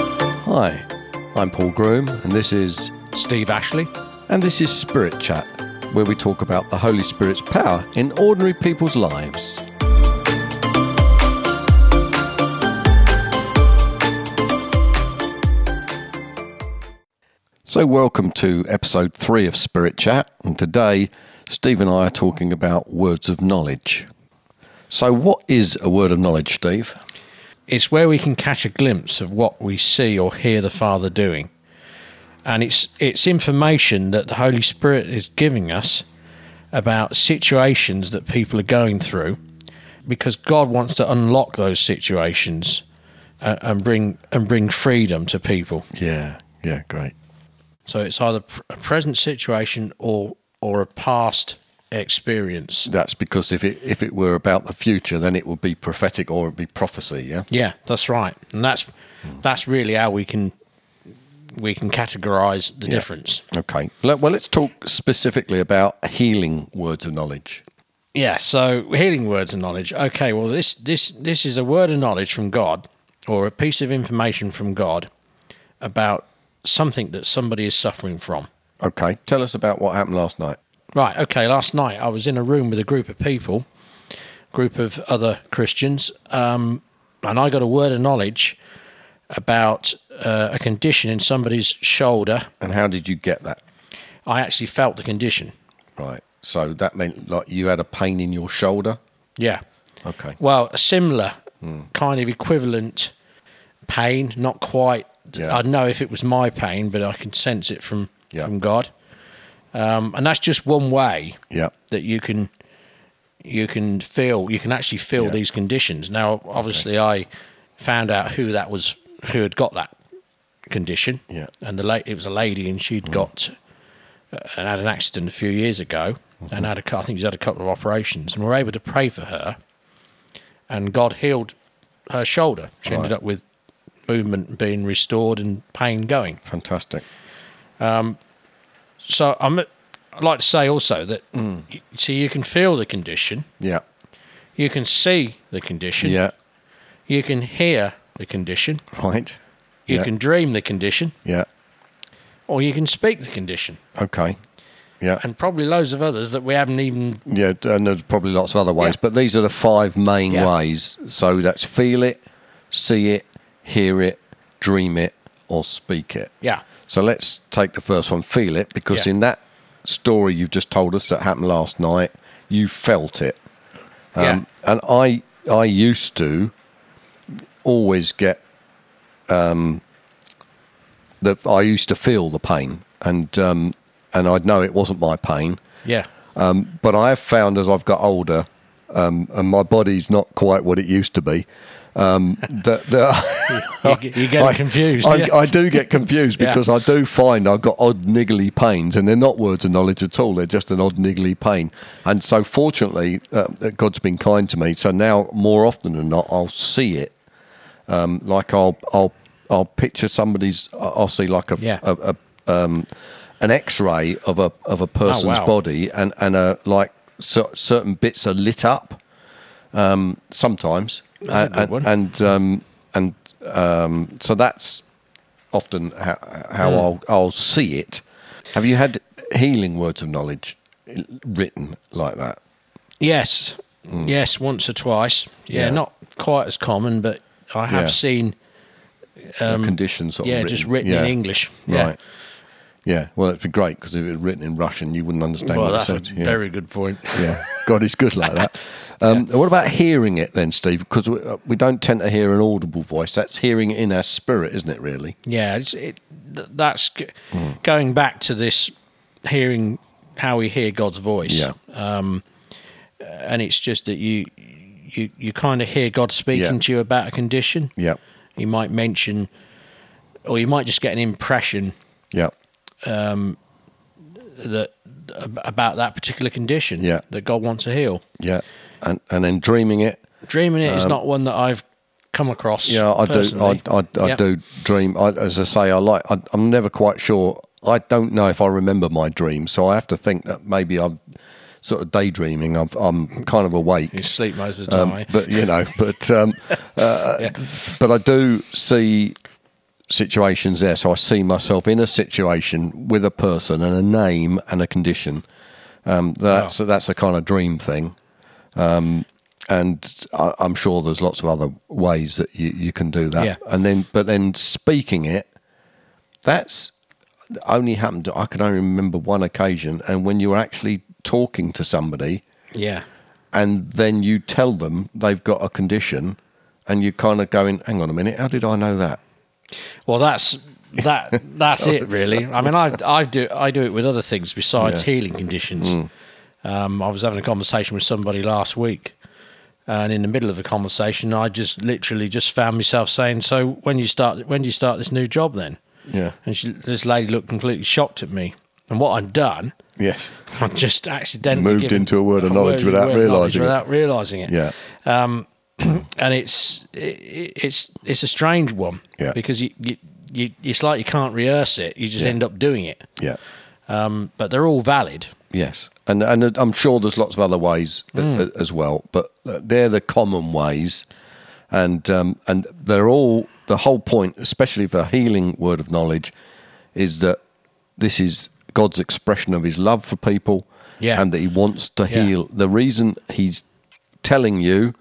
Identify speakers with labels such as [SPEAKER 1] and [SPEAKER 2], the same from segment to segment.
[SPEAKER 1] Hi, I'm Paul Groom, and this is
[SPEAKER 2] Steve Ashley.
[SPEAKER 1] and this is Spirit Chat, where we talk about the Holy Spirit's power in ordinary people's lives. So, welcome to episode three of Spirit Chat, and today Steve and I are talking about words of knowledge. So, what is a word of knowledge, Steve?
[SPEAKER 2] It's where we can catch a glimpse of what we see or hear the Father doing. And it's it's information that the Holy Spirit is giving us about situations that people are going through because God wants to unlock those situations and, and bring and bring freedom to people.
[SPEAKER 1] Yeah, yeah, great.
[SPEAKER 2] So it's either pr- a present situation or or a past experience.
[SPEAKER 1] That's because if it if it were about the future, then it would be prophetic or it'd be prophecy. Yeah.
[SPEAKER 2] Yeah, that's right. And that's that's really how we can we can categorize the difference.
[SPEAKER 1] Okay. Le- Well, let's talk specifically about healing words of knowledge.
[SPEAKER 2] Yeah, so healing words of knowledge. Okay, well this this this is a word of knowledge from God or a piece of information from God about something that somebody is suffering from.
[SPEAKER 1] Okay. Tell us about what happened last night.
[SPEAKER 2] Right, okay, last night I was in a room with a group of people, group of other Christians, um, and I got a word of knowledge about uh, a condition in somebody's shoulder.
[SPEAKER 1] And how did you get that?
[SPEAKER 2] I actually felt the condition.
[SPEAKER 1] Right. So that meant like you had a pain in your shoulder.
[SPEAKER 2] Yeah.
[SPEAKER 1] Okay.
[SPEAKER 2] Well, a similar
[SPEAKER 1] Hmm.
[SPEAKER 2] kind of equivalent pain, not quite.
[SPEAKER 1] Yeah.
[SPEAKER 2] I don't know if it was my pain, but I can sense it from
[SPEAKER 1] Yeah.
[SPEAKER 2] from God. Um, and that's just one way
[SPEAKER 1] Yeah.
[SPEAKER 2] that you can you can feel you can actually feel
[SPEAKER 1] Yeah.
[SPEAKER 2] these conditions. Now, obviously, I found out who that was who had got that condition.
[SPEAKER 1] Yeah. Mm.
[SPEAKER 2] and the la- it was a lady, and she'd got uh, and had an accident a few years ago,
[SPEAKER 1] Mm-hmm.
[SPEAKER 2] and had a cou- I think she's had a couple of operations, and we were able to pray for her, and God healed her shoulder. She ended
[SPEAKER 1] Right.
[SPEAKER 2] up with movement being restored and pain going
[SPEAKER 1] Fantastic.
[SPEAKER 2] so I'm, I'd like to say also that
[SPEAKER 1] Mm.
[SPEAKER 2] y so you can feel the condition,
[SPEAKER 1] Yeah.
[SPEAKER 2] you can see the condition,
[SPEAKER 1] Yeah.
[SPEAKER 2] you can hear the condition,
[SPEAKER 1] Right.
[SPEAKER 2] you
[SPEAKER 1] Yeah.
[SPEAKER 2] can dream the condition,
[SPEAKER 1] Yeah.
[SPEAKER 2] or you can speak the condition,
[SPEAKER 1] Okay. Yeah.
[SPEAKER 2] and probably loads of others that we haven't even.
[SPEAKER 1] Yeah, and there's probably lots of other ways,
[SPEAKER 2] Yeah.
[SPEAKER 1] but these are the five main
[SPEAKER 2] Yeah.
[SPEAKER 1] ways. So that's feel it, see it, hear it, dream it, or speak it.
[SPEAKER 2] Yeah,
[SPEAKER 1] So let's take the first one, feel it, because
[SPEAKER 2] Yeah.
[SPEAKER 1] in that story you've just told us that happened last night, you felt it. Um,
[SPEAKER 2] yeah,
[SPEAKER 1] And I, I used to always get, um, the I used to feel the pain, and um, and I'd know it wasn't my pain,
[SPEAKER 2] yeah,
[SPEAKER 1] um, but I have found as I've got older, um, and my body's not quite what it used to be, um, that, that
[SPEAKER 2] You get- you get confused,
[SPEAKER 1] I,
[SPEAKER 2] yeah.
[SPEAKER 1] I do get confused
[SPEAKER 2] Yeah.
[SPEAKER 1] because I do find I've got odd niggly pains, and they're not words of knowledge at all. They're just an odd niggly pain. And so, fortunately, uh, God's been kind to me. So now, more often than not, I'll see it. Um, like I'll I'll I'll picture somebody's. I'll see like a
[SPEAKER 2] Yeah.
[SPEAKER 1] a, a um, an X-ray of a of a person's
[SPEAKER 2] Oh, wow.
[SPEAKER 1] body, and and uh, like cer- certain bits are lit up. Um, sometimes,
[SPEAKER 2] That's a good
[SPEAKER 1] and
[SPEAKER 2] one.
[SPEAKER 1] and um, and um, so that's often how, how
[SPEAKER 2] Hmm.
[SPEAKER 1] I'll I'll see it. Have you had healing words of knowledge written like that?
[SPEAKER 2] yes, yes, once or twice. Yeah,
[SPEAKER 1] Mm. Yeah.
[SPEAKER 2] not quite as common, but I have
[SPEAKER 1] Yeah.
[SPEAKER 2] seen.
[SPEAKER 1] Conditions, sort of
[SPEAKER 2] Um, Yeah, just written in
[SPEAKER 1] Yeah.
[SPEAKER 2] English. Yeah.
[SPEAKER 1] Right. Yeah. Well, it'd be great because if it was written in Russian, you wouldn't understand
[SPEAKER 2] Well,
[SPEAKER 1] what
[SPEAKER 2] that's
[SPEAKER 1] it said.
[SPEAKER 2] a
[SPEAKER 1] yeah.
[SPEAKER 2] very good point.
[SPEAKER 1] yeah. God is good like that. Um, What about hearing it then, Steve? Because we, uh, we don't tend to hear an audible voice. That's hearing it in our spirit, isn't it, really?
[SPEAKER 2] Yeah, it's, it, th- that's g- going back to this hearing how we hear God's voice.
[SPEAKER 1] Yeah.
[SPEAKER 2] Um, and it's just that you you you kind of hear God speaking
[SPEAKER 1] Yeah.
[SPEAKER 2] to you about a condition.
[SPEAKER 1] Yeah.
[SPEAKER 2] He might mention, or you might just get an impression
[SPEAKER 1] Yeah.
[SPEAKER 2] that ab- about that particular condition
[SPEAKER 1] Yeah.
[SPEAKER 2] that God wants to heal.
[SPEAKER 1] Yeah. And, and then dreaming it.
[SPEAKER 2] Dreaming it is not one that I've come across.
[SPEAKER 1] Um, Yeah, I do. I,
[SPEAKER 2] personally.
[SPEAKER 1] I, I
[SPEAKER 2] Yeah.
[SPEAKER 1] do dream. I, as I say, I like. I, I'm never quite sure. I don't know if I remember my dream, so I have to think that maybe I'm sort of daydreaming. I'm, I'm kind of awake.
[SPEAKER 2] You sleep most of the time.
[SPEAKER 1] um,
[SPEAKER 2] eh?
[SPEAKER 1] but you know, but um, uh, but I do see situations there. So I see myself in a situation with a person and a name and a condition. Um, that's that's a kind of dream thing, um, and I, I'm sure there's lots of other ways that you, you can do that.
[SPEAKER 2] Yeah.
[SPEAKER 1] And then, but then speaking it, that's only happened. I can only remember one occasion, and when you were actually talking to somebody,
[SPEAKER 2] Yeah.
[SPEAKER 1] and then you tell them they've got a condition, and you kind of going, "Hang on a minute, how did I know that?"
[SPEAKER 2] Well, that's that. That's
[SPEAKER 1] So
[SPEAKER 2] it, really. I mean, I I do I do it with other things besides
[SPEAKER 1] Yeah. Mm.
[SPEAKER 2] healing conditions. Um, I was having a conversation with somebody last week, and in the middle of the conversation, I just literally just found myself saying, "So when you start when do you start this new job then?"
[SPEAKER 1] Yeah.
[SPEAKER 2] And she, this lady looked completely shocked at me. And what I'd done,
[SPEAKER 1] Yes.
[SPEAKER 2] I just accidentally
[SPEAKER 1] Moved
[SPEAKER 2] given
[SPEAKER 1] into a word of knowledge
[SPEAKER 2] word-
[SPEAKER 1] without
[SPEAKER 2] word of knowledge
[SPEAKER 1] realising it.
[SPEAKER 2] Without realising it,
[SPEAKER 1] Yeah.
[SPEAKER 2] and it's it, it's it's a strange one
[SPEAKER 1] Yeah.
[SPEAKER 2] because you, you you it's like you can't rehearse it you just
[SPEAKER 1] Yeah.
[SPEAKER 2] end up doing it
[SPEAKER 1] Yeah.
[SPEAKER 2] um, but they're all valid
[SPEAKER 1] Yes, and and I'm sure there's lots of other ways a- a- as well, but uh, they're the common ways, and um, and they're all the whole point, especially for healing word of knowledge, is that this is God's expression of His love for people,
[SPEAKER 2] Yeah.
[SPEAKER 1] and that He wants to
[SPEAKER 2] Yeah.
[SPEAKER 1] heal. The reason He's telling you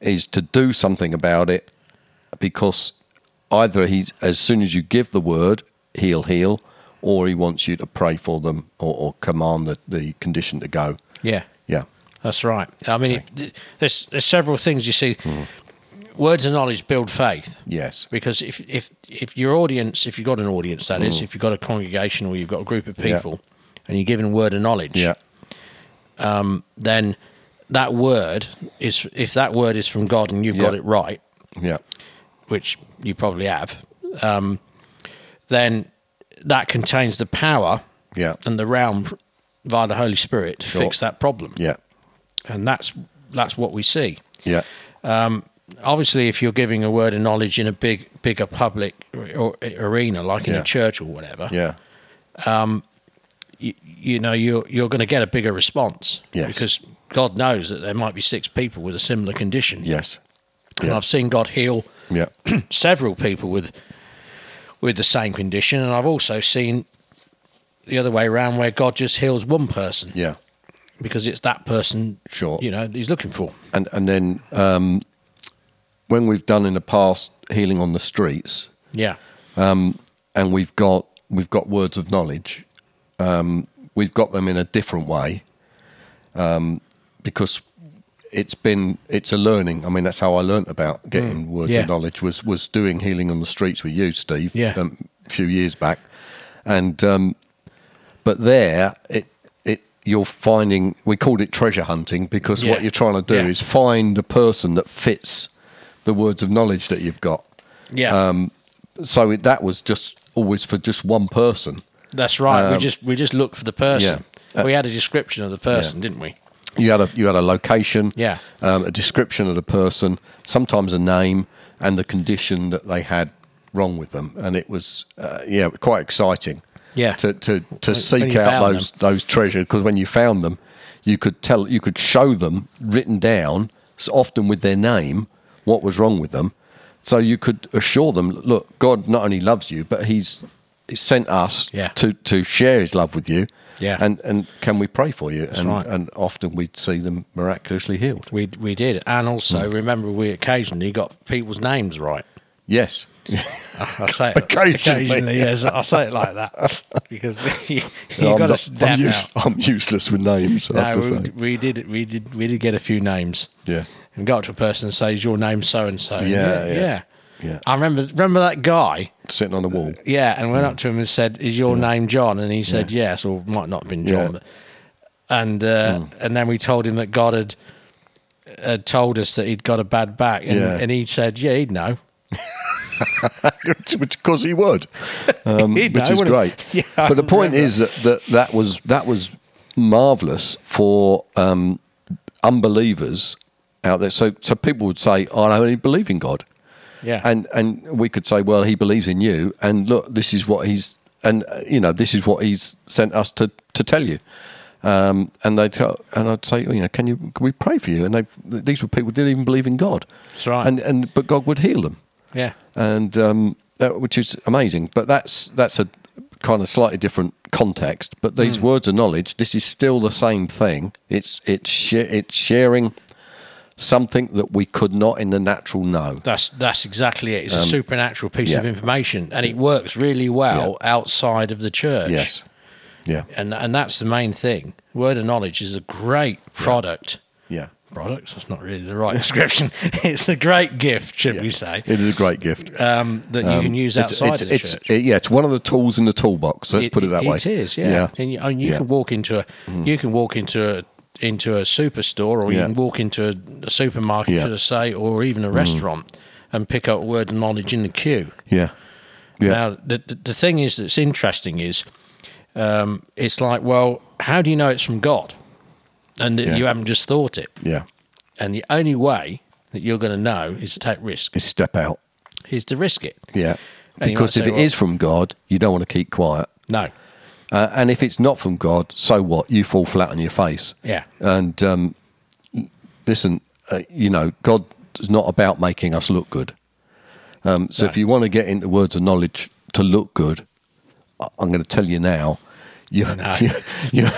[SPEAKER 1] is to do something about it, because either He's as soon as you give the word, He'll heal. Or he wants you to pray for them or, or command the, the condition to go.
[SPEAKER 2] yeah
[SPEAKER 1] Yeah.
[SPEAKER 2] that's right i mean it, there's there's several things you see
[SPEAKER 1] Hmm.
[SPEAKER 2] words of knowledge build faith
[SPEAKER 1] Yes.
[SPEAKER 2] because if if if your audience if you've got an audience that is, if you've got a congregation or you've got a group of
[SPEAKER 1] Hmm. Yeah.
[SPEAKER 2] people and you're giving word of knowledge
[SPEAKER 1] Yeah.
[SPEAKER 2] then that word is if that word is from god and you've got
[SPEAKER 1] Yeah.
[SPEAKER 2] it right
[SPEAKER 1] Yeah.
[SPEAKER 2] which you probably have, um, then that contains the power
[SPEAKER 1] Yeah.
[SPEAKER 2] and the realm via the Holy Spirit to
[SPEAKER 1] Sure.
[SPEAKER 2] fix that problem.
[SPEAKER 1] Yeah.
[SPEAKER 2] And that's that's what we see.
[SPEAKER 1] Yeah.
[SPEAKER 2] Obviously, if you're giving a word of knowledge in a big, bigger public or, or arena, like in
[SPEAKER 1] Yeah.
[SPEAKER 2] a church or whatever,
[SPEAKER 1] Yeah.
[SPEAKER 2] you, you know you're you're going to get a bigger response
[SPEAKER 1] Yes.
[SPEAKER 2] because God knows that there might be six people with a similar condition.
[SPEAKER 1] Yes.
[SPEAKER 2] And
[SPEAKER 1] Yeah.
[SPEAKER 2] I've seen God heal
[SPEAKER 1] Yeah.
[SPEAKER 2] several people with with the same condition, and I've also seen the other way around where God just heals one person
[SPEAKER 1] Yeah.
[SPEAKER 2] because it's that person,
[SPEAKER 1] Sure.
[SPEAKER 2] you know, he's looking for.
[SPEAKER 1] And and then um, when we've done in the past healing on the streets,
[SPEAKER 2] Yeah,
[SPEAKER 1] and we've got we've got words of knowledge, um, we've got them in a different way, um, because it's been it's a learning. I mean, that's how I learnt about getting words
[SPEAKER 2] Mm. Yeah.
[SPEAKER 1] of knowledge was was doing healing on the streets with you, Steve,
[SPEAKER 2] Yeah.
[SPEAKER 1] um, a few years back, and um, but there it it you're finding we called it treasure hunting because what
[SPEAKER 2] Yeah.
[SPEAKER 1] you're trying to do
[SPEAKER 2] Yeah.
[SPEAKER 1] is find the person that fits the words of knowledge that you've got.
[SPEAKER 2] yeah,
[SPEAKER 1] Um, So it, that was just always for just one person.
[SPEAKER 2] that's right. we
[SPEAKER 1] um,
[SPEAKER 2] just we just look for the person.
[SPEAKER 1] yeah. Uh,
[SPEAKER 2] we had a description of the person, didn't we?
[SPEAKER 1] You had a you had a location,
[SPEAKER 2] Yeah.
[SPEAKER 1] um, a description of the person, sometimes a name, and the condition that they had wrong with them, and it was uh, yeah quite exciting.
[SPEAKER 2] Yeah.
[SPEAKER 1] to to, to
[SPEAKER 2] when
[SPEAKER 1] seek
[SPEAKER 2] you
[SPEAKER 1] out
[SPEAKER 2] found
[SPEAKER 1] those those treasures because when you found them, you could tell you could show them written down, s- often with their name, what was wrong with them, so you could assure them, look, God not only loves you, but He's sent us
[SPEAKER 2] Yeah.
[SPEAKER 1] to to share His love with you.
[SPEAKER 2] Yeah.
[SPEAKER 1] and and can we pray for you? and,
[SPEAKER 2] right.
[SPEAKER 1] and often we'd see them miraculously healed.
[SPEAKER 2] We we did, and
[SPEAKER 1] Hmm.
[SPEAKER 2] also remember we occasionally got people's names right.
[SPEAKER 1] Yes.
[SPEAKER 2] I say it
[SPEAKER 1] Occasionally.
[SPEAKER 2] yes, I say it like that because you,
[SPEAKER 1] I'm,
[SPEAKER 2] you
[SPEAKER 1] not-
[SPEAKER 2] got to step
[SPEAKER 1] I'm
[SPEAKER 2] out.
[SPEAKER 1] use- I'm useless with names. I have
[SPEAKER 2] No,
[SPEAKER 1] to
[SPEAKER 2] we,
[SPEAKER 1] say.
[SPEAKER 2] we did. We did. We did get a few names.
[SPEAKER 1] Yeah.
[SPEAKER 2] And go up to a person and say, "Is your name so and so?"
[SPEAKER 1] Yeah, yeah.
[SPEAKER 2] yeah,
[SPEAKER 1] Yeah.
[SPEAKER 2] I remember. Remember that guy.
[SPEAKER 1] Sitting on a wall.
[SPEAKER 2] Yeah, and went
[SPEAKER 1] Mm.
[SPEAKER 2] up to him and said, "Is your name John?" And he said, "Yes," or might not have been John.
[SPEAKER 1] Yeah. Mm.
[SPEAKER 2] But, and uh, and then we told him that God had had told us that he'd got a bad back, and,
[SPEAKER 1] Yeah.
[SPEAKER 2] and he said, "Yeah, he'd know."
[SPEAKER 1] which, because he would, um,
[SPEAKER 2] He'd
[SPEAKER 1] which
[SPEAKER 2] know,
[SPEAKER 1] is
[SPEAKER 2] wouldn't he?
[SPEAKER 1] great.
[SPEAKER 2] Yeah, I
[SPEAKER 1] but the point
[SPEAKER 2] remember.
[SPEAKER 1] is that, that that was that was marvelous for um, unbelievers out there. So so people would say, "I don't really believe in God,"
[SPEAKER 2] Yeah.
[SPEAKER 1] and and we could say, "Well, he believes in you," and look, this is what he's and uh, you know this is what he's sent us to to tell you. Um, and they tell, and I'd say, oh, you know, can you can we pray for you? And they, these were people who didn't even believe in God.
[SPEAKER 2] That's right.
[SPEAKER 1] And and but God would heal them
[SPEAKER 2] yeah.
[SPEAKER 1] and um, uh, which is amazing. But that's that's a kind of slightly different context. But these words of knowledge, this is still the same thing. It's it's sh- it's sharing something that we could not in the natural know.
[SPEAKER 2] That's that's exactly it. It's a supernatural piece
[SPEAKER 1] Um, yeah.
[SPEAKER 2] of information, and it works really well outside of the church.
[SPEAKER 1] Yes. Yeah.
[SPEAKER 2] and and that's the main thing. Word of knowledge is a great product.
[SPEAKER 1] Yeah.
[SPEAKER 2] Product. That's not really the right description. It's a great gift, should we say,
[SPEAKER 1] It is a great gift.
[SPEAKER 2] um, that you can use
[SPEAKER 1] It's-
[SPEAKER 2] outside
[SPEAKER 1] it's,
[SPEAKER 2] of the
[SPEAKER 1] it's,
[SPEAKER 2] church.
[SPEAKER 1] it- yeah, it's one of the tools in the toolbox. Let's put it that way.
[SPEAKER 2] It is, yeah.
[SPEAKER 1] Yeah.
[SPEAKER 2] And you, and you
[SPEAKER 1] Yeah. Mm.
[SPEAKER 2] can walk into a you can walk into a into a superstore, or you
[SPEAKER 1] Yeah.
[SPEAKER 2] can walk into a, a supermarket,
[SPEAKER 1] Yeah. Mm.
[SPEAKER 2] should I say, or even a restaurant, and pick up word of knowledge in the queue.
[SPEAKER 1] Yeah. Yeah.
[SPEAKER 2] Now, the, the the thing is that's interesting is um, it's like, well, how do you know it's from God, and that
[SPEAKER 1] Yeah.
[SPEAKER 2] you haven't just thought it?
[SPEAKER 1] yeah.
[SPEAKER 2] And the only way that you're going to know is to take risk,
[SPEAKER 1] It's step out.
[SPEAKER 2] is to risk it.
[SPEAKER 1] Yeah.
[SPEAKER 2] And you
[SPEAKER 1] because
[SPEAKER 2] might
[SPEAKER 1] if
[SPEAKER 2] say,
[SPEAKER 1] it is
[SPEAKER 2] well-
[SPEAKER 1] from God, you don't want to keep quiet.
[SPEAKER 2] No,
[SPEAKER 1] Uh, and if it's not from God, so what? You fall flat on your face.
[SPEAKER 2] Yeah.
[SPEAKER 1] And um, listen, uh, you know, God is not about making us look good. Um, so
[SPEAKER 2] No.
[SPEAKER 1] if you want to get into words of knowledge to look good, I- I'm going to tell you now, you,
[SPEAKER 2] No.
[SPEAKER 1] you, you,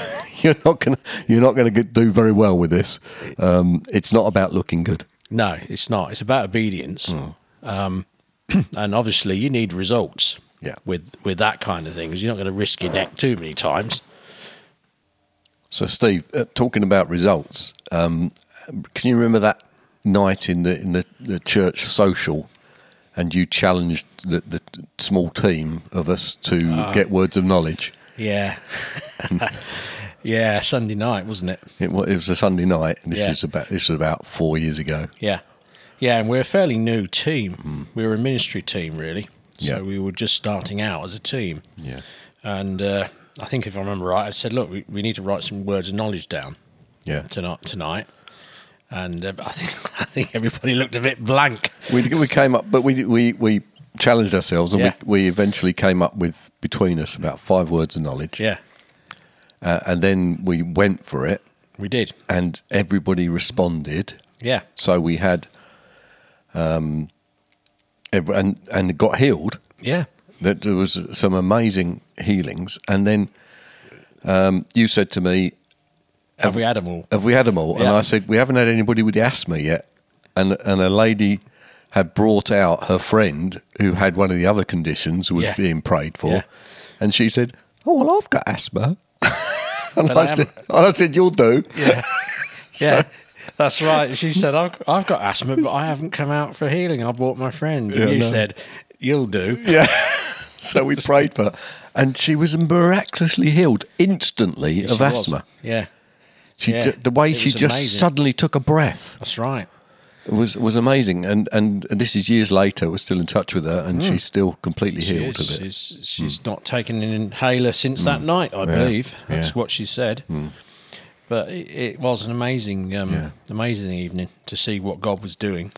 [SPEAKER 1] you're not going to you're not going to do very well with this. Um, it's not about looking good.
[SPEAKER 2] no, it's not. It's about obedience.
[SPEAKER 1] Hmm.
[SPEAKER 2] Um, and obviously, you need results.
[SPEAKER 1] Yeah.
[SPEAKER 2] With with that kind of thing, 'cause you're not going to risk your neck too many times.
[SPEAKER 1] So, Steve, uh, talking about results, um, can you remember that night in the in the, the church social, and you challenged the, the small team of us to
[SPEAKER 2] Ah.
[SPEAKER 1] get words of knowledge?
[SPEAKER 2] Yeah. yeah, Sunday night, wasn't it?
[SPEAKER 1] It, wa- it was a Sunday night. And this
[SPEAKER 2] Yeah.
[SPEAKER 1] is about this was about four years ago.
[SPEAKER 2] Yeah. Yeah, and we're a fairly new team. We were a ministry team, really.
[SPEAKER 1] Yeah.
[SPEAKER 2] So we were just starting out as a team.
[SPEAKER 1] Yeah,
[SPEAKER 2] And uh, I think if I remember right, I said, look, we, we need to write some words of knowledge down
[SPEAKER 1] yeah.
[SPEAKER 2] tonight. tonight. And uh, I think I think everybody looked a bit blank.
[SPEAKER 1] We we came up, but we we we challenged ourselves, and
[SPEAKER 2] Yeah.
[SPEAKER 1] we, we eventually came up with between us about five words of knowledge.
[SPEAKER 2] Yeah,
[SPEAKER 1] Uh, and then we went for it,
[SPEAKER 2] we did.
[SPEAKER 1] and everybody responded.
[SPEAKER 2] Yeah.
[SPEAKER 1] So we had, um, ev- and and got healed.
[SPEAKER 2] Yeah.
[SPEAKER 1] That there was some amazing healings, and then um, you said to me,
[SPEAKER 2] Have we had them all?
[SPEAKER 1] "Have we had them all?" And
[SPEAKER 2] Yeah.
[SPEAKER 1] I said, "We haven't had anybody with asthma yet." And and a lady had brought out her friend who had one of the other conditions who was
[SPEAKER 2] Yeah.
[SPEAKER 1] being prayed for,
[SPEAKER 2] Yeah.
[SPEAKER 1] and she said, "Oh well, I've got asthma." and
[SPEAKER 2] But
[SPEAKER 1] I,
[SPEAKER 2] I
[SPEAKER 1] said, and "I said you'll do."
[SPEAKER 2] Yeah. yeah. That's right. She said, I've, I've got asthma, but I haven't come out for healing. I bought my friend. And
[SPEAKER 1] Yeah,
[SPEAKER 2] you
[SPEAKER 1] no.
[SPEAKER 2] said, You'll do.
[SPEAKER 1] Yeah. so we prayed for her. And she was miraculously healed instantly of
[SPEAKER 2] She was.
[SPEAKER 1] asthma.
[SPEAKER 2] Yeah.
[SPEAKER 1] She
[SPEAKER 2] Yeah.
[SPEAKER 1] ju- the way
[SPEAKER 2] It
[SPEAKER 1] she
[SPEAKER 2] was
[SPEAKER 1] just
[SPEAKER 2] amazing.
[SPEAKER 1] suddenly took a breath
[SPEAKER 2] That's right.
[SPEAKER 1] was was amazing. And and this is years later. We're still in touch with her, and she's still completely
[SPEAKER 2] Hmm. She
[SPEAKER 1] healed
[SPEAKER 2] is.
[SPEAKER 1] of it.
[SPEAKER 2] She's, she's not taken an inhaler since that night, I believe. That's
[SPEAKER 1] Hmm. Yeah. Hmm.
[SPEAKER 2] what she said. But it, it was an amazing, um,
[SPEAKER 1] Yeah.
[SPEAKER 2] amazing evening to see what God was doing.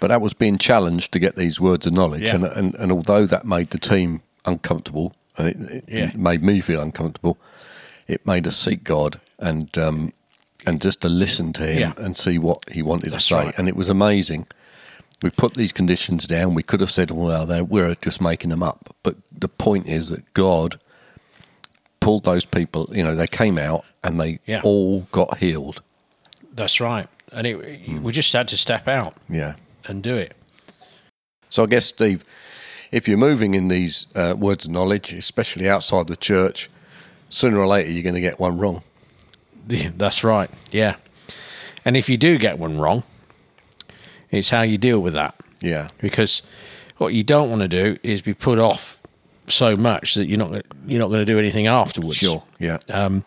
[SPEAKER 1] But that was being challenged to get these words of knowledge,
[SPEAKER 2] Yeah.
[SPEAKER 1] and, and and although that made the team uncomfortable, and it, it
[SPEAKER 2] Yeah.
[SPEAKER 1] made me feel uncomfortable. It made us seek God and um, and just to listen to Him
[SPEAKER 2] Yeah.
[SPEAKER 1] and see what He wanted
[SPEAKER 2] That's
[SPEAKER 1] to say,
[SPEAKER 2] right.
[SPEAKER 1] and it was amazing. We put these conditions down. We could have said, "Well, they're, we're just making them up," but the point is that God pulled those people. You know, they came out and they
[SPEAKER 2] Yeah.
[SPEAKER 1] all got healed.
[SPEAKER 2] That's right. And it,
[SPEAKER 1] Hmm.
[SPEAKER 2] we just had to step out
[SPEAKER 1] Yeah.
[SPEAKER 2] and do it.
[SPEAKER 1] So I guess, Steve, if you're moving in these uh, words of knowledge, especially outside the church, sooner or later you're going to get one wrong.
[SPEAKER 2] Yeah, That's right. Yeah. And if you do get one wrong, it's how you deal with that.
[SPEAKER 1] Yeah.
[SPEAKER 2] Because what you don't want to do is be put off so much that you're not gonna- you're not going to do anything afterwards.
[SPEAKER 1] Yeah.
[SPEAKER 2] Uh, Um,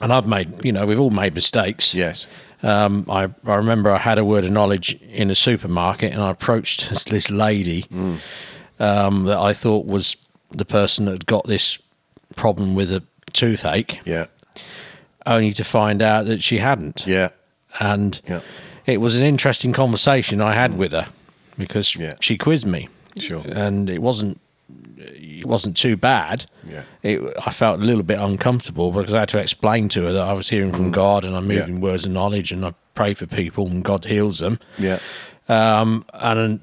[SPEAKER 2] And I've made, you know, we've all made mistakes.
[SPEAKER 1] yes.
[SPEAKER 2] Um, I, I remember I had a word of knowledge in a supermarket and I approached this, this lady um, that I thought was the person that had got this problem with a toothache,
[SPEAKER 1] Yeah.
[SPEAKER 2] only to find out that she hadn't.
[SPEAKER 1] Yeah.
[SPEAKER 2] And
[SPEAKER 1] Yeah. Mm.
[SPEAKER 2] it was an interesting conversation I had with her because
[SPEAKER 1] Yeah.
[SPEAKER 2] she quizzed me.
[SPEAKER 1] Sure.
[SPEAKER 2] And it wasn't it wasn't too bad.
[SPEAKER 1] Yeah.
[SPEAKER 2] It, I felt a little bit uncomfortable because I had to explain to her that I was hearing from God and I'm
[SPEAKER 1] Mm. Yeah.
[SPEAKER 2] moving words of knowledge and I pray for people and God heals them.
[SPEAKER 1] Yeah.
[SPEAKER 2] Um, and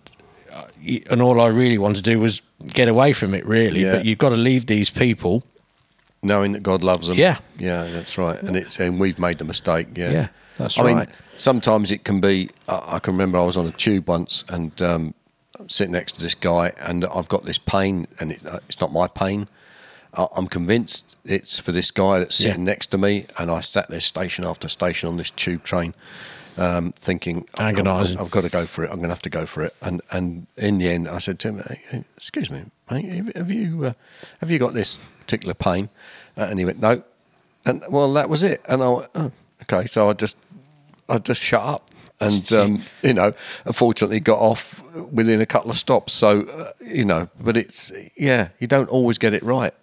[SPEAKER 2] uh, y- and all I really wanted to do was get away from it, really.
[SPEAKER 1] Yeah.
[SPEAKER 2] But you've got to leave these people.
[SPEAKER 1] knowing that God loves them.
[SPEAKER 2] Yeah.
[SPEAKER 1] yeah, that's right. And it's and we've made the mistake. Yeah,
[SPEAKER 2] Yeah, that's
[SPEAKER 1] I mean,
[SPEAKER 2] right.
[SPEAKER 1] sometimes it can be. I, I can remember I was on a tube once and um, I'm sitting next to this guy, and I've got this pain, and it, uh, it's not my pain. I, I'm convinced it's for this guy that's
[SPEAKER 2] Yeah.
[SPEAKER 1] sitting next to me, and I sat there station after station on this tube train. Um, thinking, I- I'm-
[SPEAKER 2] Agonising.
[SPEAKER 1] I've got to go for it. I'm going to have to go for it. And and in the end, I said to him, "Hey, hey, "Excuse me, mate, have- have you uh, have you got this particular pain?" Uh, and he went, "No." And well, that was it. And I went, "Oh, okay." So I just I just shut up, and um, you know, unfortunately, got off within a couple of stops. So uh, you know, but it's yeah, you don't always get it right.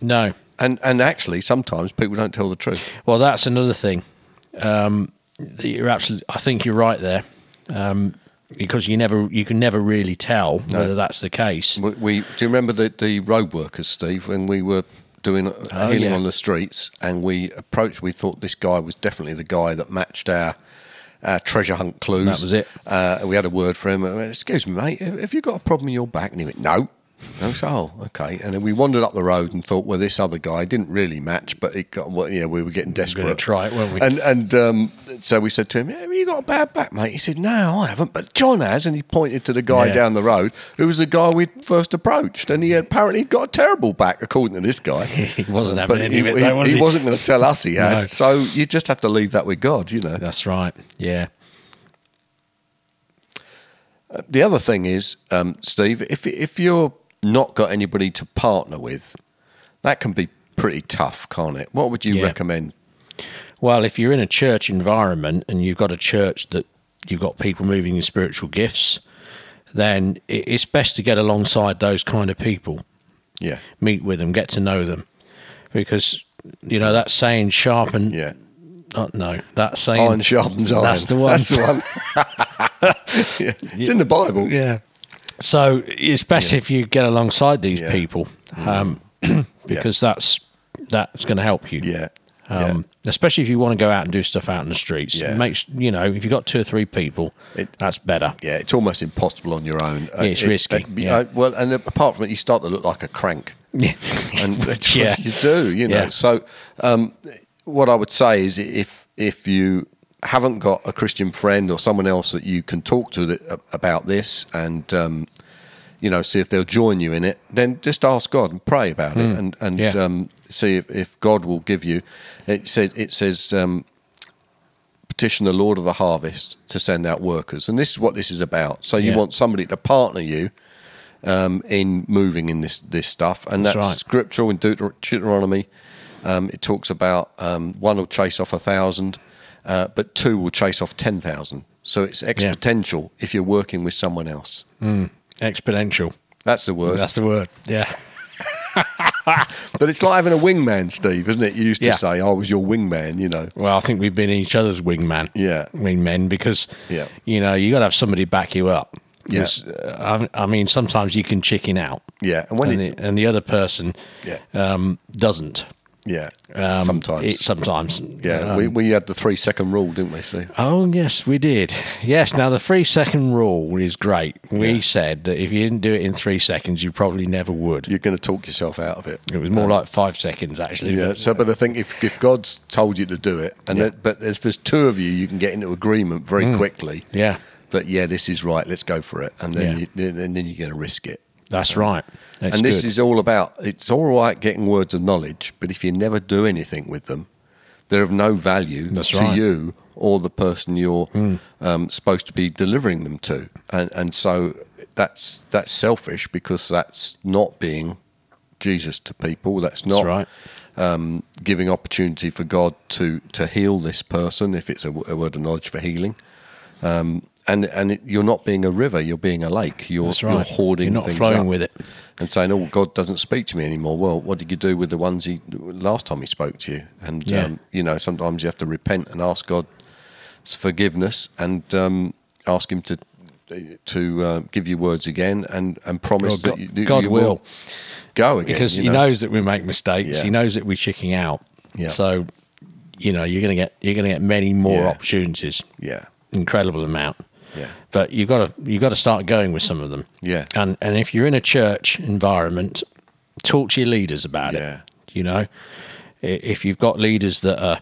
[SPEAKER 2] No.
[SPEAKER 1] And and actually, sometimes people don't tell the truth.
[SPEAKER 2] Well, that's another thing. Um, that you're absolutely. I think you're right there, um, because you never, you can never really tell whether that's the case.
[SPEAKER 1] We, we do you remember the the road workers, Steve, when we were doing
[SPEAKER 2] Oh,
[SPEAKER 1] healing
[SPEAKER 2] yeah.
[SPEAKER 1] on the streets, and we approached. We thought this guy was definitely the guy that matched our. Our treasure hunt clues.
[SPEAKER 2] That was it.
[SPEAKER 1] Uh, we had a word for him. I went, Excuse me, mate. Have have you got a problem in your back? And he went, No. And I said, Oh, okay. And then we wandered up the road and thought, Well, this other guy didn't really match, but it got. Well, you know, we were getting desperate.
[SPEAKER 2] gonna try it, weren't we?
[SPEAKER 1] And and um, so we said to him, Have you got a bad back, mate? He said, No, I haven't, but John has. And he pointed to the guy
[SPEAKER 2] Yeah.
[SPEAKER 1] down the road who was the guy we first approached. And he had apparently got a terrible back, according to this guy.
[SPEAKER 2] He wasn't having
[SPEAKER 1] but
[SPEAKER 2] any
[SPEAKER 1] he,
[SPEAKER 2] of it, though, was he?
[SPEAKER 1] wasn't going to tell us he had.
[SPEAKER 2] No.
[SPEAKER 1] So you just have to leave that with God, you know.
[SPEAKER 2] That's right. Yeah.
[SPEAKER 1] The other thing is, um, Steve, if, if you're not got anybody to partner with, that can be pretty tough, can't it? What would you
[SPEAKER 2] Yeah.
[SPEAKER 1] recommend?
[SPEAKER 2] Well, if you're in a church environment and you've got a church that you've got people moving in spiritual gifts, then i- it's best to get alongside those kind of people,
[SPEAKER 1] Yeah.
[SPEAKER 2] meet with them, get to know them, because you know that saying sharpen.
[SPEAKER 1] Yeah.
[SPEAKER 2] Uh, no, that saying.
[SPEAKER 1] Iron sharpens iron.
[SPEAKER 2] That's the one.
[SPEAKER 1] That's the one. Yeah. It's in the Bible.
[SPEAKER 2] Yeah. So it's best if you get alongside these
[SPEAKER 1] Yeah. Mm.
[SPEAKER 2] people, um, because that's that's going to help you.
[SPEAKER 1] Yeah.
[SPEAKER 2] Um, Especially if you want to go out and do stuff out in the streets.
[SPEAKER 1] Yeah.
[SPEAKER 2] Makes you know if you've got two or three people,
[SPEAKER 1] It-
[SPEAKER 2] that's better.
[SPEAKER 1] yeah. yeah, it's almost impossible on your own. Yeah,
[SPEAKER 2] it's risky, yeah.
[SPEAKER 1] well, and apart from it, you start to look like a crank.
[SPEAKER 2] Yeah.
[SPEAKER 1] and that's
[SPEAKER 2] Yeah.
[SPEAKER 1] what you do, you know.
[SPEAKER 2] Yeah.
[SPEAKER 1] So, um, what I would say is, if if you haven't got a Christian friend or someone else that you can talk to that, about this, and um, you know, see if they'll join you in it, then just ask God and pray about it, and and
[SPEAKER 2] Hmm. Yeah.
[SPEAKER 1] um, see if, if God will give you. It says it says. Um, petition the Lord of the harvest to send out workers. And this is what this is about. So you
[SPEAKER 2] Yeah.
[SPEAKER 1] want somebody to partner you um, in moving in this this stuff, and that's,
[SPEAKER 2] That's right.
[SPEAKER 1] scriptural in Deuter- Deuteronomy. Um, it talks about um, one will chase off a thousand, uh, but two will chase off ten thousand. So it's exponential if you're working with someone else.
[SPEAKER 2] Exponential.
[SPEAKER 1] That's the word.
[SPEAKER 2] That's the word. Yeah.
[SPEAKER 1] but it's like having a wingman, Steve, isn't it? You used to
[SPEAKER 2] Yeah.
[SPEAKER 1] say, "I was your wingman," you know.
[SPEAKER 2] Well, I think we've been each other's wingman.
[SPEAKER 1] Yeah.
[SPEAKER 2] Wingmen because
[SPEAKER 1] Yeah.
[SPEAKER 2] you know you got to have somebody back you up.
[SPEAKER 1] Yeah.
[SPEAKER 2] 'Cause, uh, I, I mean, sometimes you can chicken out,
[SPEAKER 1] Yeah, and when
[SPEAKER 2] and
[SPEAKER 1] it,
[SPEAKER 2] the, and the other person
[SPEAKER 1] yeah,
[SPEAKER 2] um, doesn't.
[SPEAKER 1] yeah,
[SPEAKER 2] Um,
[SPEAKER 1] sometimes,
[SPEAKER 2] it- sometimes.
[SPEAKER 1] yeah,
[SPEAKER 2] Um,
[SPEAKER 1] we, we had the three second rule, didn't we, Steve?
[SPEAKER 2] oh yes, we did. Yes. Now the three second rule is great. We said that if you didn't do it in three seconds, you probably never would.
[SPEAKER 1] You're going to talk yourself out of it.
[SPEAKER 2] It was more like five seconds actually.
[SPEAKER 1] Yeah.
[SPEAKER 2] but-
[SPEAKER 1] So, but I think if, if God's told you to do it, and that, but if there's two of you, you can get into agreement very
[SPEAKER 2] Mm.
[SPEAKER 1] quickly.
[SPEAKER 2] yeah.
[SPEAKER 1] That yeah, this is right. Let's go for it, and then
[SPEAKER 2] Yeah.
[SPEAKER 1] you, and then you're going to risk it.
[SPEAKER 2] That's right. That's
[SPEAKER 1] and this
[SPEAKER 2] good.
[SPEAKER 1] is all about. It's all right getting words of knowledge, but if you never do anything with them, they're of no value
[SPEAKER 2] That's
[SPEAKER 1] to
[SPEAKER 2] right. Hmm.
[SPEAKER 1] you or the person you're um, supposed to be delivering them to. And and so that's that's selfish because that's not being Jesus to people. That's not
[SPEAKER 2] That's right.
[SPEAKER 1] giving opportunity for God to to heal this person if it's a, w- a word of knowledge for healing. Um, and and it, you're not being a river, you're being a lake. You're,
[SPEAKER 2] That's right.
[SPEAKER 1] you're hoarding
[SPEAKER 2] You're not
[SPEAKER 1] things
[SPEAKER 2] flowing
[SPEAKER 1] up
[SPEAKER 2] with it.
[SPEAKER 1] and saying, "Oh, God doesn't speak to me anymore." Well, what did you do with the ones he last time he spoke to you? And
[SPEAKER 2] Yeah.
[SPEAKER 1] um, you know, sometimes you have to repent and ask God's forgiveness and um, ask Him to to uh, give you words again and and promise
[SPEAKER 2] Well,
[SPEAKER 1] that
[SPEAKER 2] God-
[SPEAKER 1] you, you-
[SPEAKER 2] God
[SPEAKER 1] you
[SPEAKER 2] will.
[SPEAKER 1] go again
[SPEAKER 2] because
[SPEAKER 1] you
[SPEAKER 2] he
[SPEAKER 1] know?
[SPEAKER 2] knows that we make mistakes.
[SPEAKER 1] Yeah.
[SPEAKER 2] He knows that we're chicking out.
[SPEAKER 1] Yeah.
[SPEAKER 2] So, you know, you're gonna get you're gonna get many more
[SPEAKER 1] Yeah.
[SPEAKER 2] opportunities.
[SPEAKER 1] Yeah.
[SPEAKER 2] Incredible amount.
[SPEAKER 1] Yeah.
[SPEAKER 2] But you've got to you've got to start going with some of them.
[SPEAKER 1] Yeah.
[SPEAKER 2] And and if you're in a church environment, talk to your leaders about
[SPEAKER 1] Yeah.
[SPEAKER 2] it. You know, I- if you've got leaders that are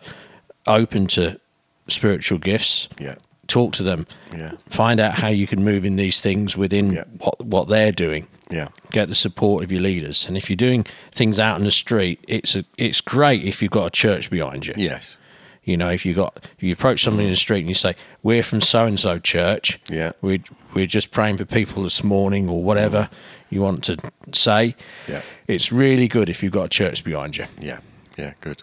[SPEAKER 2] open to spiritual gifts,
[SPEAKER 1] Yeah.
[SPEAKER 2] talk to them.
[SPEAKER 1] Yeah.
[SPEAKER 2] Find out how you can move in these things within
[SPEAKER 1] Yeah.
[SPEAKER 2] what what they're doing
[SPEAKER 1] Yeah.
[SPEAKER 2] get the support of your leaders. And if you're doing things out in the street, it's a, it's great if you've got a church behind you.
[SPEAKER 1] Yes.
[SPEAKER 2] You know, if you got if you approach somebody in the street and you say, "We're from so and so church.
[SPEAKER 1] Mm. Yeah.
[SPEAKER 2] we we're just praying for people this morning or whatever you want to say."
[SPEAKER 1] Mm. Yeah.
[SPEAKER 2] it's really good if you've got a church behind you.
[SPEAKER 1] Yeah. Yeah. Good.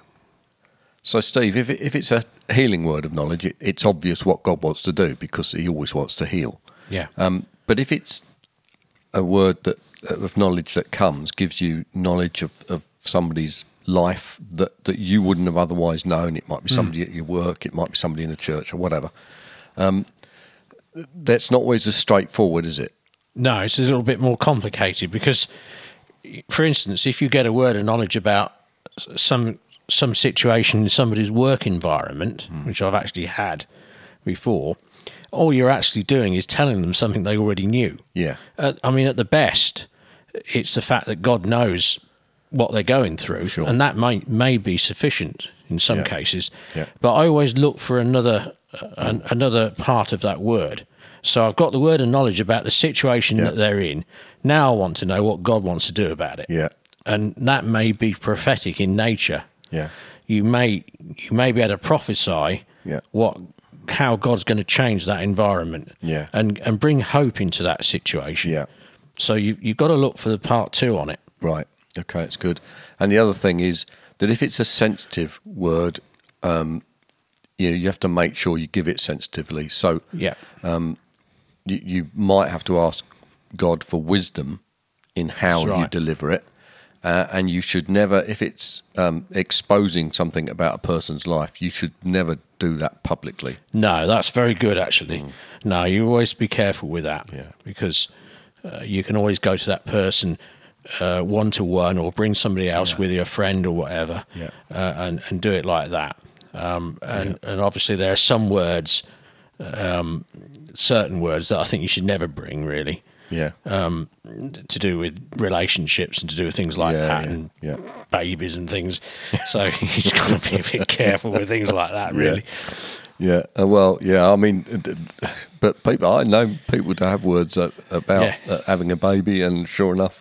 [SPEAKER 1] So, Steve, if, it, if it's a healing word of knowledge, it, it's obvious what God wants to do because He always wants to heal.
[SPEAKER 2] Yeah,
[SPEAKER 1] Um, but if it's a word that of knowledge that comes gives you knowledge of, of somebody's life that, that you wouldn't have otherwise known, it might be somebody at your work, it might be somebody in a church or whatever. Um, that's not always as straightforward, is it?
[SPEAKER 2] no, it's a little bit more complicated because, for instance, if you get a word of knowledge about s- some some situation in somebody's work environment,
[SPEAKER 1] Mm.
[SPEAKER 2] which I've actually had before, all you're actually doing is telling them something they already knew.
[SPEAKER 1] Yeah.
[SPEAKER 2] Uh, I mean, at the best, it's the fact that God knows what they're going through,
[SPEAKER 1] Sure.
[SPEAKER 2] and that may may be sufficient in some
[SPEAKER 1] Yeah.
[SPEAKER 2] cases.
[SPEAKER 1] Yeah.
[SPEAKER 2] But I always look for another uh, an, another part of that word. So I've got the word of knowledge about the situation that they're in. Now I want to know what God wants to do about it.
[SPEAKER 1] Yeah.
[SPEAKER 2] And that may be prophetic in nature.
[SPEAKER 1] Yeah.
[SPEAKER 2] You may you may be able to prophesy
[SPEAKER 1] Yeah.
[SPEAKER 2] what how God's going to change that environment.
[SPEAKER 1] Yeah.
[SPEAKER 2] And and bring hope into that situation.
[SPEAKER 1] Yeah.
[SPEAKER 2] So you you've got to look for the part two on it.
[SPEAKER 1] Right. Okay, that's good. And the other thing is that if it's a sensitive word, um, you know, you have to make sure you give it sensitively. So
[SPEAKER 2] Yeah.
[SPEAKER 1] you, you might have to ask God for wisdom in how
[SPEAKER 2] That's
[SPEAKER 1] you
[SPEAKER 2] right.
[SPEAKER 1] deliver it. Uh, and you should never, if it's um, exposing something about a person's life, you should never do that publicly.
[SPEAKER 2] No, that's very good actually. No, you always be careful with that
[SPEAKER 1] Mm. Yeah.
[SPEAKER 2] because uh, you can always go to that person one to one or bring somebody else with you, a friend or whatever,
[SPEAKER 1] Yeah.
[SPEAKER 2] uh, and and do it like that. Um, and and obviously there are some words, um, certain words that I think you should never bring really
[SPEAKER 1] Yeah.
[SPEAKER 2] to do with relationships and to do with things like
[SPEAKER 1] Yeah,
[SPEAKER 2] that
[SPEAKER 1] yeah,
[SPEAKER 2] and
[SPEAKER 1] yeah.
[SPEAKER 2] babies and things. So you just got to be a bit careful with things like that really.
[SPEAKER 1] Yeah, uh, well, yeah. I mean, d- d- but people, I know people to have words a- about
[SPEAKER 2] Yeah.
[SPEAKER 1] uh, having a baby, and sure enough,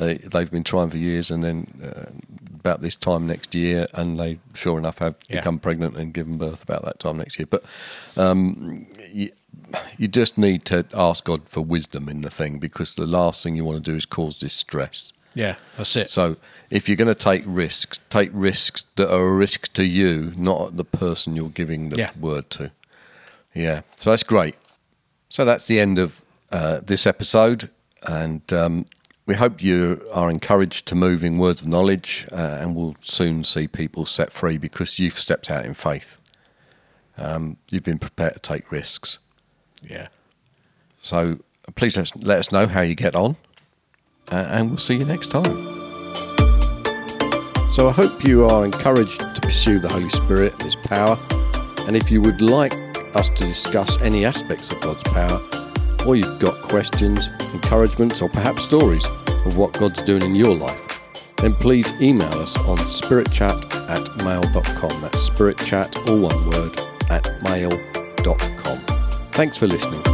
[SPEAKER 1] uh, they've been trying for years, and then uh, about this time next year, and they sure enough have
[SPEAKER 2] Yeah.
[SPEAKER 1] become pregnant and given birth about that time next year. But um, you, you just need to ask God for wisdom in the thing because the last thing you want to do is cause distress.
[SPEAKER 2] Yeah, that's it.
[SPEAKER 1] So if you're going to take risks, take risks that are a risk to you, not the person you're giving the
[SPEAKER 2] Yeah.
[SPEAKER 1] word to. Yeah. So that's great. So that's the end of uh, this episode. And um, we hope you are encouraged to move in words of knowledge uh, and we'll soon see people set free because you've stepped out in faith. Um, you've been prepared to take risks.
[SPEAKER 2] yeah.
[SPEAKER 1] So please let us, let us know how you get on, uh, and we'll see you next time. So I hope you are encouraged to pursue the Holy Spirit and His power. And if you would like us to discuss any aspects of God's power, or you've got questions, encouragements, or perhaps stories of what God's doing in your life, then please email us on spiritchat at mail.com. That's spiritchat, all one word, at mail.com. Thanks for listening.